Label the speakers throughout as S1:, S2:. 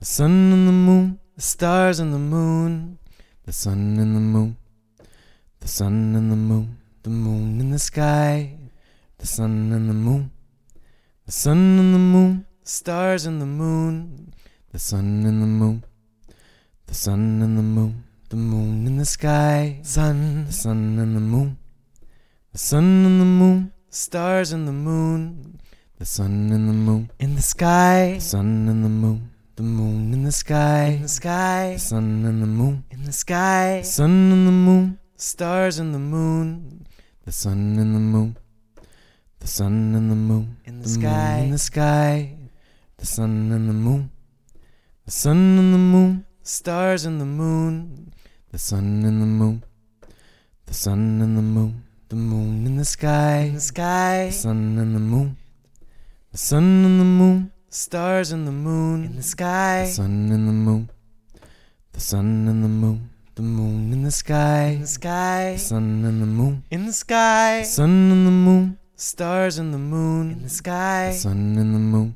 S1: The sun and the moon, the stars and the moon, the sun and the moon, the sun and the moon, the moon in the sky, the sun and the moon, the sun and the moon, the stars and the moon, the sun and the moon, the sun and the moon, the moon in the sky, sun, the sun and the moon, the sun and the moon, the stars and the moon, the sun and the moon in the sky, the sun and the moon. The moon in the sky, in the sky, the sun and the moon, in the sky, the sun and the moon, the stars and the moon, the sun and the moon, the sun and the moon, in the, sky, in the sky, the sun and the moon, the sun and the moon, the stars and the moon, the sun and the moon, the sun and the moon, the moon in the sky, in the sky, the sun and the moon, the sun and the moon. The stars and the moon in the sky. The sun and the moon. The sun and the moon. The moon in the sky. In the sky. The sun and the moon. In the sky. The sun and the moon. The stars and the moon in the sky. The sun and the moon.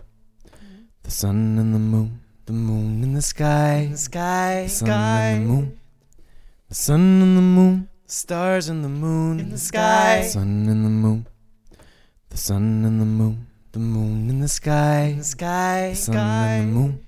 S1: The sun and the moon. The moon in the sky. In the sky. The sun and the moon. The sun and the moon. The stars and the moon in the sky. The sun and the moon. The sun and the moon. The moon in the sky. In the sky. The sun and the moon.